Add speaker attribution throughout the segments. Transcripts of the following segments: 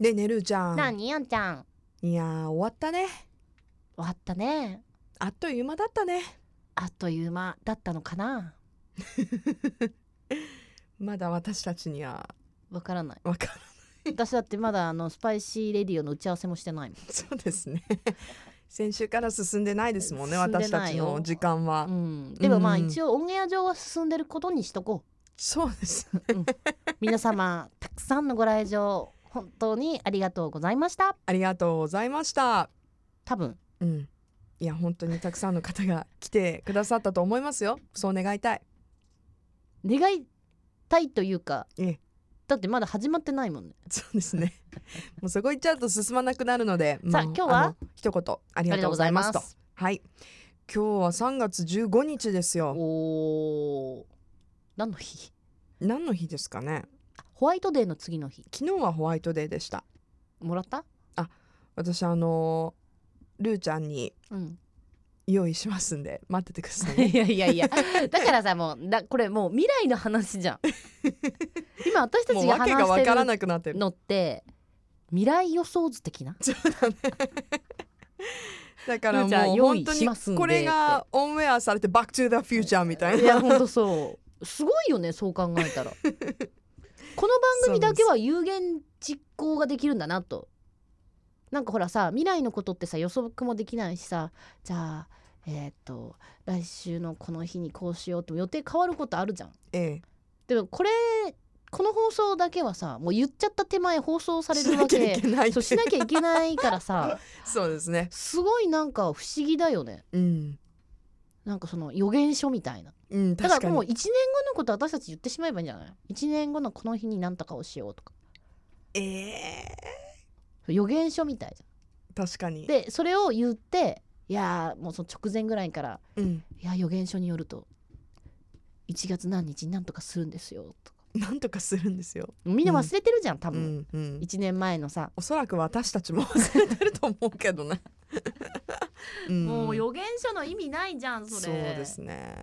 Speaker 1: で寝るじゃ
Speaker 2: なんにやんちゃん
Speaker 1: いやー終わったね
Speaker 2: 終わったね
Speaker 1: あっという間だったね
Speaker 2: あっという間だったのかな
Speaker 1: まだ私たちには
Speaker 2: わからない
Speaker 1: わかん
Speaker 2: 私だってまだあのスパイシーレディオの打ち合わせもしてないもん
Speaker 1: そうですね 先週から進んでないですもんね
Speaker 2: 進んで
Speaker 1: 私た
Speaker 2: な
Speaker 1: ち
Speaker 2: いよ
Speaker 1: の時間は、
Speaker 2: うん、でもまあ
Speaker 1: うん
Speaker 2: 一応オンエア上は進んでることにしとこ
Speaker 1: そうです ね
Speaker 2: う皆様たくさんのご来場本当にありがとうございました
Speaker 1: ありがとうございました
Speaker 2: 多分
Speaker 1: うんいや本当にたくさんの方が来てくださったと思いますよそう願いたい
Speaker 2: 願いたいというか
Speaker 1: ええ
Speaker 2: だってまだ始まってないもんね
Speaker 1: そうです ねもうそこ行っちゃうと進まなくなるので
Speaker 2: さあ
Speaker 1: もう
Speaker 2: 今日は
Speaker 1: あの一言ありがとうございますとはい今日は3月15日ですよ
Speaker 2: おー何の日
Speaker 1: 何の日ですかね
Speaker 2: あホワイトデーの次の日
Speaker 1: 昨日はホワイトデーでした
Speaker 2: もらった
Speaker 1: 私あのールーちゃんに
Speaker 2: うん、
Speaker 1: 用意しますんで待っててくださいね
Speaker 2: いやいやいやだからさもうだこれもう未来の話 じゃん今私た
Speaker 1: も
Speaker 2: ち
Speaker 1: う
Speaker 2: が
Speaker 1: 訳が
Speaker 2: 話
Speaker 1: 分
Speaker 2: し
Speaker 1: から
Speaker 2: て
Speaker 1: なくなって
Speaker 2: る
Speaker 1: る
Speaker 2: のって未来予想図的な
Speaker 1: だから
Speaker 2: ル
Speaker 1: も
Speaker 2: ーちゃん
Speaker 1: う
Speaker 2: 用
Speaker 1: 本
Speaker 2: 意
Speaker 1: 当
Speaker 2: しますん
Speaker 1: に
Speaker 2: で
Speaker 1: これがオンエアされてバックトゥーザフューチャーみたい
Speaker 2: いや
Speaker 1: な
Speaker 2: ほんとそうすごいよねそう考えたらこの番組だけは有言実行ができるんだなとなんかほらさ未来のことってさ予測もできないしさじゃあえーっと来週のこの日にこうしようって予定変わることあるじゃん
Speaker 1: ええ
Speaker 2: でもこれこの放送だけはさもう言っちゃった手前放送され
Speaker 1: し
Speaker 2: る
Speaker 1: な
Speaker 2: わ
Speaker 1: きゃい
Speaker 2: け
Speaker 1: けないって
Speaker 2: そうしなきゃいけないからさ
Speaker 1: そうですね
Speaker 2: すごいなんか不思議だよね
Speaker 1: うん
Speaker 2: なんかその予言書みたいな
Speaker 1: うん
Speaker 2: だか
Speaker 1: 確
Speaker 2: ら
Speaker 1: か
Speaker 2: もう
Speaker 1: に
Speaker 2: 1年後のこと私たち言ってしまえばいいんじゃない ?1 年後のこの日に何とかをしようとか
Speaker 1: ええ
Speaker 2: 予言書みたいじ
Speaker 1: 確か
Speaker 2: ゃん。
Speaker 1: に
Speaker 2: でそれを言っていやーもうその直前ぐらいから
Speaker 1: うん
Speaker 2: いや予言書によると1月何日に何とかするんですよとか
Speaker 1: なんとかするんですよ
Speaker 2: みんな忘れてるじゃん、多
Speaker 1: う
Speaker 2: 分、
Speaker 1: んうん
Speaker 2: 1年前のさ、
Speaker 1: おそらく私たちも忘れてると思うけ どねん
Speaker 2: 言書の意味ないじゃん
Speaker 1: そうですね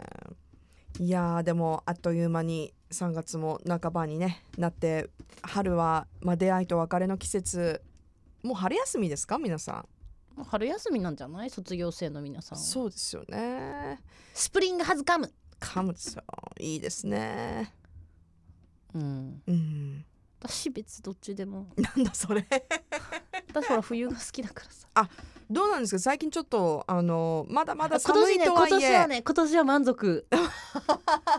Speaker 1: いやーでもあっという間に3月も半ばに、ね、なって春は、まあ、出会いと別れの季節もう春休みですか皆さ
Speaker 2: もう春休みなんじゃない卒業生の皆さ
Speaker 1: ん
Speaker 2: んは
Speaker 1: そうですよね
Speaker 2: スプリングハズカム、
Speaker 1: カムですよいいですね
Speaker 2: うん、
Speaker 1: うん
Speaker 2: 私別どっちでも
Speaker 1: なんだ それ
Speaker 2: 私ほら冬が好きだからさ
Speaker 1: どうなんですか最近ちょっとあのまだまだ
Speaker 2: 今
Speaker 1: 寒
Speaker 2: 年
Speaker 1: い
Speaker 2: ね
Speaker 1: と
Speaker 2: 今
Speaker 1: はいえ、
Speaker 2: 年はね今年は満 足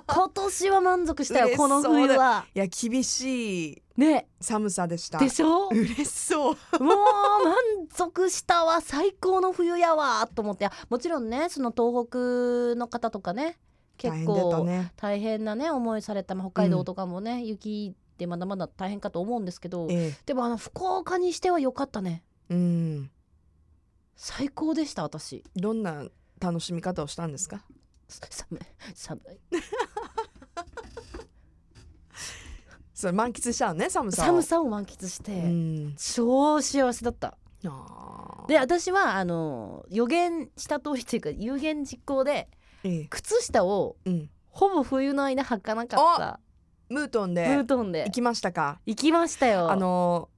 Speaker 2: 今年は満足し
Speaker 1: 嬉
Speaker 2: たよ
Speaker 1: しそ
Speaker 2: こ
Speaker 1: うだ
Speaker 2: の冬はい
Speaker 1: や厳しい
Speaker 2: ね
Speaker 1: 寒さでした
Speaker 2: でしょもう
Speaker 1: 嬉しそう
Speaker 2: 満足したわ最高の冬やわと思ってあもちろんねその東北の方とかね結
Speaker 1: 大変だった
Speaker 2: 構
Speaker 1: ね
Speaker 2: 大変なね思いされた、まあ、北海道とかもね、雪でまだまだ大変かと思うんですけど
Speaker 1: え
Speaker 2: でもあの福岡にしては良かったね
Speaker 1: えうん
Speaker 2: 最高でした私
Speaker 1: どんな楽しみ方をしたんですか
Speaker 2: さ寒い寒い
Speaker 1: それ満喫しちゃうね寒さを
Speaker 2: 寒さを満喫して、
Speaker 1: うん
Speaker 2: 超幸せだった
Speaker 1: あー
Speaker 2: で私はあの予言した通りというか有言実行で
Speaker 1: ええ
Speaker 2: 靴下を
Speaker 1: うん
Speaker 2: ほぼ冬の間履かなか
Speaker 1: ムートン
Speaker 2: ったム
Speaker 1: で
Speaker 2: ートンで
Speaker 1: 行きましたか
Speaker 2: 行きましたよ
Speaker 1: あの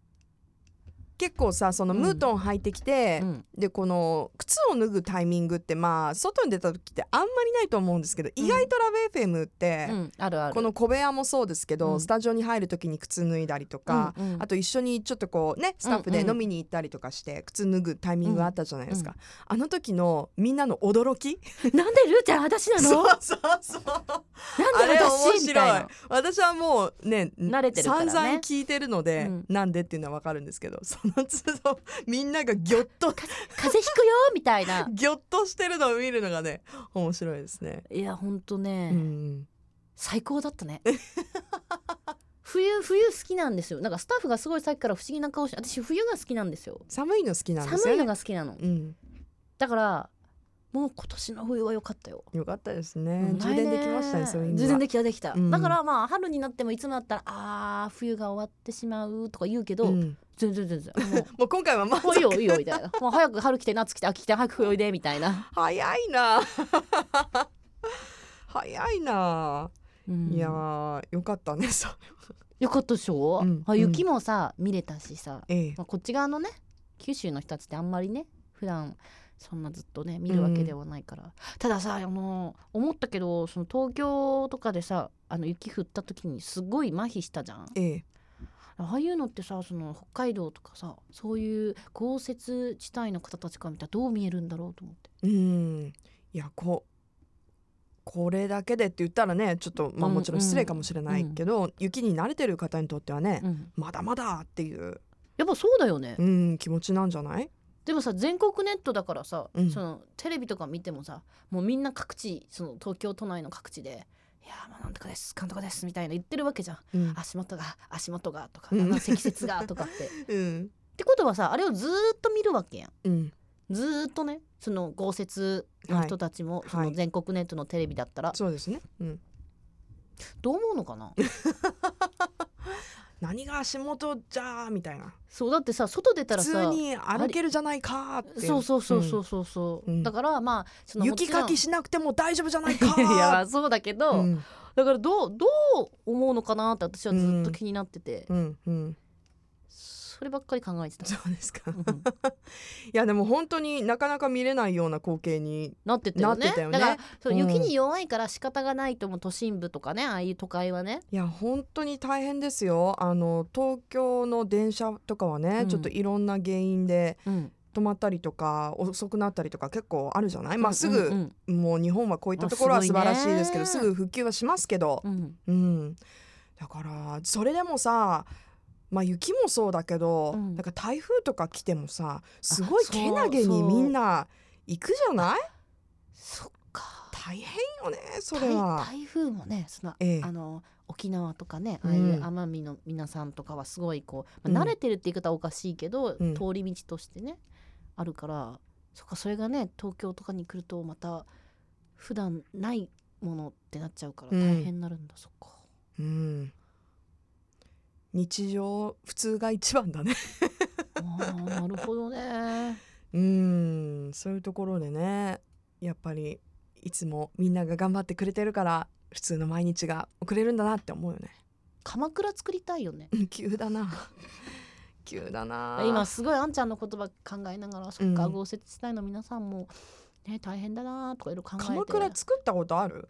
Speaker 1: 結構さその
Speaker 2: うん
Speaker 1: ムートン履いてきて、
Speaker 2: うん
Speaker 1: でこの靴を脱ぐタイミングってまあ外に出た時ってあんまりないと思うんですけど、
Speaker 2: うん
Speaker 1: 意外とラブ FM って、
Speaker 2: うんあるある
Speaker 1: この小部屋もそうですけど、
Speaker 2: うん
Speaker 1: スタジオに入る時に靴脱いだりとか、
Speaker 2: うんうん
Speaker 1: あと一緒にちょっとこうねスタッフで
Speaker 2: うんうん
Speaker 1: 飲みに行ったりとかして靴脱ぐタイミングあったじゃないですか、
Speaker 2: う
Speaker 1: あの時のみんなの驚き
Speaker 2: なんでルーちゃん私なの
Speaker 1: そ
Speaker 2: な
Speaker 1: うそうそうあ
Speaker 2: んで
Speaker 1: れ
Speaker 2: 私
Speaker 1: 面
Speaker 2: みたい
Speaker 1: 白い
Speaker 2: な
Speaker 1: 私はもうね
Speaker 2: 慣れてるからね
Speaker 1: 散々聞いてるので、
Speaker 2: うん
Speaker 1: なんでっていうのはわかるんですけど その都度みんながギョッと
Speaker 2: 風邪ひくよみたい な
Speaker 1: ギョッとしてるのを見るのがね面白いですね。
Speaker 2: いやほんと
Speaker 1: う
Speaker 2: ね、
Speaker 1: ん、
Speaker 2: 最高だったね 冬冬好きなんですよなんかスタッフがすごいさっきから不思議な顔して私冬が好きなんですよ
Speaker 1: 寒いの好きなんです
Speaker 2: 寒い
Speaker 1: よ
Speaker 2: の
Speaker 1: ね。
Speaker 2: が好きなの
Speaker 1: うん、
Speaker 2: だからもう今年の冬は良かったよ
Speaker 1: よかったです
Speaker 2: も
Speaker 1: ね
Speaker 2: う。
Speaker 1: 充
Speaker 2: 来年
Speaker 1: 電できましたね。そういう意味
Speaker 2: 充
Speaker 1: は
Speaker 2: 電できたできた、
Speaker 1: うん
Speaker 2: だからまあ春になってもいつもだったらあー冬が終わってしまうとか言うけど、
Speaker 1: うん
Speaker 2: 全然全然も う
Speaker 1: もう今回はま
Speaker 2: もういいよいいよみたい なもう早く春来て夏来て秋来て早く冬おいでみたいな、
Speaker 1: 早いな。 早いな。
Speaker 2: うん
Speaker 1: いやーよかったね。そう
Speaker 2: よかったでしょ、
Speaker 1: うん
Speaker 2: あ雪もさ見れたしさ、
Speaker 1: ええ
Speaker 2: まあ、こっち側のね九州の人たちってあんまりね普段そんなずっとね見るわけではないから、たださあの思ったけどその東京とかでさあの雪降った時にすごい麻痺したじゃん
Speaker 1: ええ
Speaker 2: ああいうのってさその北海道とかさそういう豪雪地帯の方たちから見たらどう見えるんだろうと思って
Speaker 1: うんいやここれだけでって言ったらねちょっとまあ
Speaker 2: うん
Speaker 1: もちろん失礼かもしれないけど、雪に慣れてる方にとってはね、
Speaker 2: うん
Speaker 1: まだまだっていう、
Speaker 2: やっぱそうだよね、
Speaker 1: うん、気持ちなんじゃない
Speaker 2: でもさ全国ネットだからさ、
Speaker 1: うん
Speaker 2: そのテレビとか見てもさもうみんな各地その東京都内の各地で「いやーまあなんとかです監督です」みたいな言ってるわけじゃん
Speaker 1: うん
Speaker 2: 足元が足元がとか、
Speaker 1: うん
Speaker 2: あの積雪がとか って。っ
Speaker 1: うん
Speaker 2: てことはさあれをずーっと見るわけやん。
Speaker 1: うん
Speaker 2: ずーっとねその豪雪の人たちも、
Speaker 1: い
Speaker 2: その全国ネットのテレビだったら、
Speaker 1: そうですね、うん、
Speaker 2: どう思うのかな
Speaker 1: 何が足元じゃーみたいな
Speaker 2: そうだってさ外出た
Speaker 1: 普
Speaker 2: らさ
Speaker 1: 通に歩けるじゃないかーって
Speaker 2: そうそうそうそうそうそう、
Speaker 1: うん
Speaker 2: だからまあその
Speaker 1: 雪かきしなくても大丈夫じゃないか
Speaker 2: もちろん いやま
Speaker 1: ー
Speaker 2: あそうだけど、
Speaker 1: うん
Speaker 2: だからどうどう思うのかなって私はずっと気になってて、
Speaker 1: うんうん、
Speaker 2: そればっかり考えてた。
Speaker 1: そうですか、
Speaker 2: う
Speaker 1: い
Speaker 2: ん
Speaker 1: やでも本当になかなか見れないような光景に
Speaker 2: なってたよね
Speaker 1: なってたよね
Speaker 2: だからそう
Speaker 1: うん
Speaker 2: 雪に弱いから仕方がないとも都心部とかねああいう都会はね
Speaker 1: いや本当に大変ですよあの東京の電車とかはね、
Speaker 2: うん
Speaker 1: ちょっといろんな原因で
Speaker 2: うん
Speaker 1: 止まったりとか遅くなったりとか結構あるじゃないまあすぐ、
Speaker 2: うんうん
Speaker 1: もう日本はこういったところ
Speaker 2: あ
Speaker 1: は
Speaker 2: す
Speaker 1: 素
Speaker 2: ごい
Speaker 1: 晴
Speaker 2: ね
Speaker 1: らしいですけどすぐ復旧はしますけど、
Speaker 2: うん
Speaker 1: うん、だからそれでもさまあ雪もそうだけど、
Speaker 2: うん
Speaker 1: なんか台風とか来てもさすごい
Speaker 2: そう
Speaker 1: けなげ
Speaker 2: そ
Speaker 1: に
Speaker 2: う
Speaker 1: みんな行くじゃない
Speaker 2: そっか
Speaker 1: 大変よねそれ
Speaker 2: 台
Speaker 1: は。
Speaker 2: 台風もねその、
Speaker 1: ええ
Speaker 2: あの沖縄とかね
Speaker 1: う
Speaker 2: あ
Speaker 1: ん
Speaker 2: あいう奄美の皆さんとかはすごいこう、まあ
Speaker 1: うん
Speaker 2: 慣れてるって言い方はおかしいけど、
Speaker 1: うん
Speaker 2: 通り道としてねあるからそっかそれがね東京とかに来るとまた普段ないものってなっちゃうから
Speaker 1: うん
Speaker 2: 大変になるんだ、そっか
Speaker 1: うん日常普通が一番だね
Speaker 2: あーなるほどね
Speaker 1: うんそういうところでねやっぱりいつもみんなが頑張ってくれてるから普通の毎日が送れるんだなって思うよね
Speaker 2: 鎌倉作りたいよね
Speaker 1: 急だな 急だな
Speaker 2: 今すごいあんちゃんの言葉考えながらそっか、
Speaker 1: うん
Speaker 2: 豪雪地帯の皆さんもね大変だなとかいろいろ考えて
Speaker 1: 鎌倉作ったことある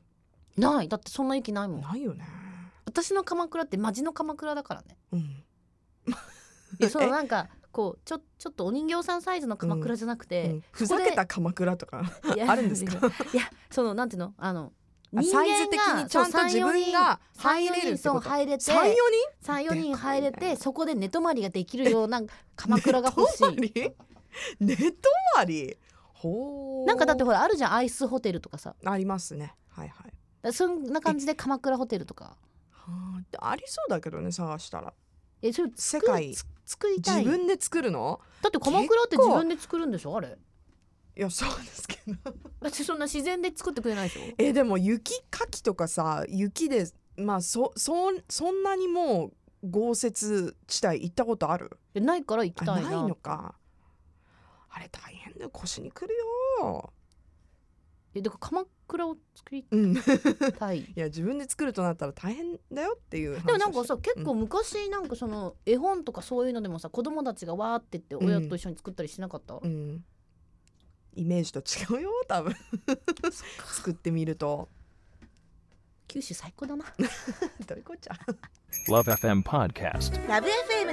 Speaker 2: ないだってそんな雪ないもん
Speaker 1: ないよね
Speaker 2: 私の鎌倉ってマジの鎌倉だからね
Speaker 1: うん
Speaker 2: いやその
Speaker 1: え
Speaker 2: なんかこうちょちょっとお人形さんサイズの鎌倉じゃなくて、
Speaker 1: うんふざけた鎌倉とか
Speaker 2: いや
Speaker 1: あるんですか
Speaker 2: いやそのなんていうのあの
Speaker 1: あ
Speaker 2: 人
Speaker 1: サイズ的
Speaker 2: 間
Speaker 1: に
Speaker 2: が
Speaker 1: ちゃんと自分が入
Speaker 2: 3-4
Speaker 1: れるって
Speaker 2: そう
Speaker 1: こと
Speaker 2: 入れて
Speaker 1: 三四
Speaker 2: 34人入
Speaker 1: で
Speaker 2: れ
Speaker 1: かい
Speaker 2: て
Speaker 1: ね
Speaker 2: そこで寝泊まりができるような鎌倉が 欲し
Speaker 1: 寝泊ま
Speaker 2: い
Speaker 1: り 寝泊まりほう
Speaker 2: なんかだってほらあるじゃんアイスホテルとかさだか
Speaker 1: ありますねはいはい
Speaker 2: らそんな感じで鎌倉ホテルとか
Speaker 1: はあでありそうだけどね探したら
Speaker 2: えそれ
Speaker 1: 世
Speaker 2: 作
Speaker 1: 界
Speaker 2: りつ作りた
Speaker 1: 自
Speaker 2: いだ
Speaker 1: 分で作るの
Speaker 2: って鎌倉っ
Speaker 1: 結
Speaker 2: て自
Speaker 1: 構
Speaker 2: 分で作るんでしょあれ
Speaker 1: いやそうですけど
Speaker 2: だってそんな自然で作ってくれないでし ょ
Speaker 1: えでも雪かきとかさ雪でまあそそそんなにもう豪雪地帯行ったことある
Speaker 2: えないから行き
Speaker 1: あ
Speaker 2: た
Speaker 1: ない
Speaker 2: ない
Speaker 1: のかあれ大変だよ腰にくるよ
Speaker 2: えだから鎌倉を作り
Speaker 1: うん い
Speaker 2: たい
Speaker 1: や自分で作るとなったら大変だよっていう話
Speaker 2: でもなんか
Speaker 1: をして
Speaker 2: さ結構昔なんかその絵本とかそういうのでもさ子供たちがわーってって親と一緒に作ったりしなかった、
Speaker 1: うんイメージと違うよ多分 作ってみると
Speaker 2: 九州最高だな
Speaker 1: どういうこっちゃ
Speaker 3: Love FM Podcast.
Speaker 4: ラブ f m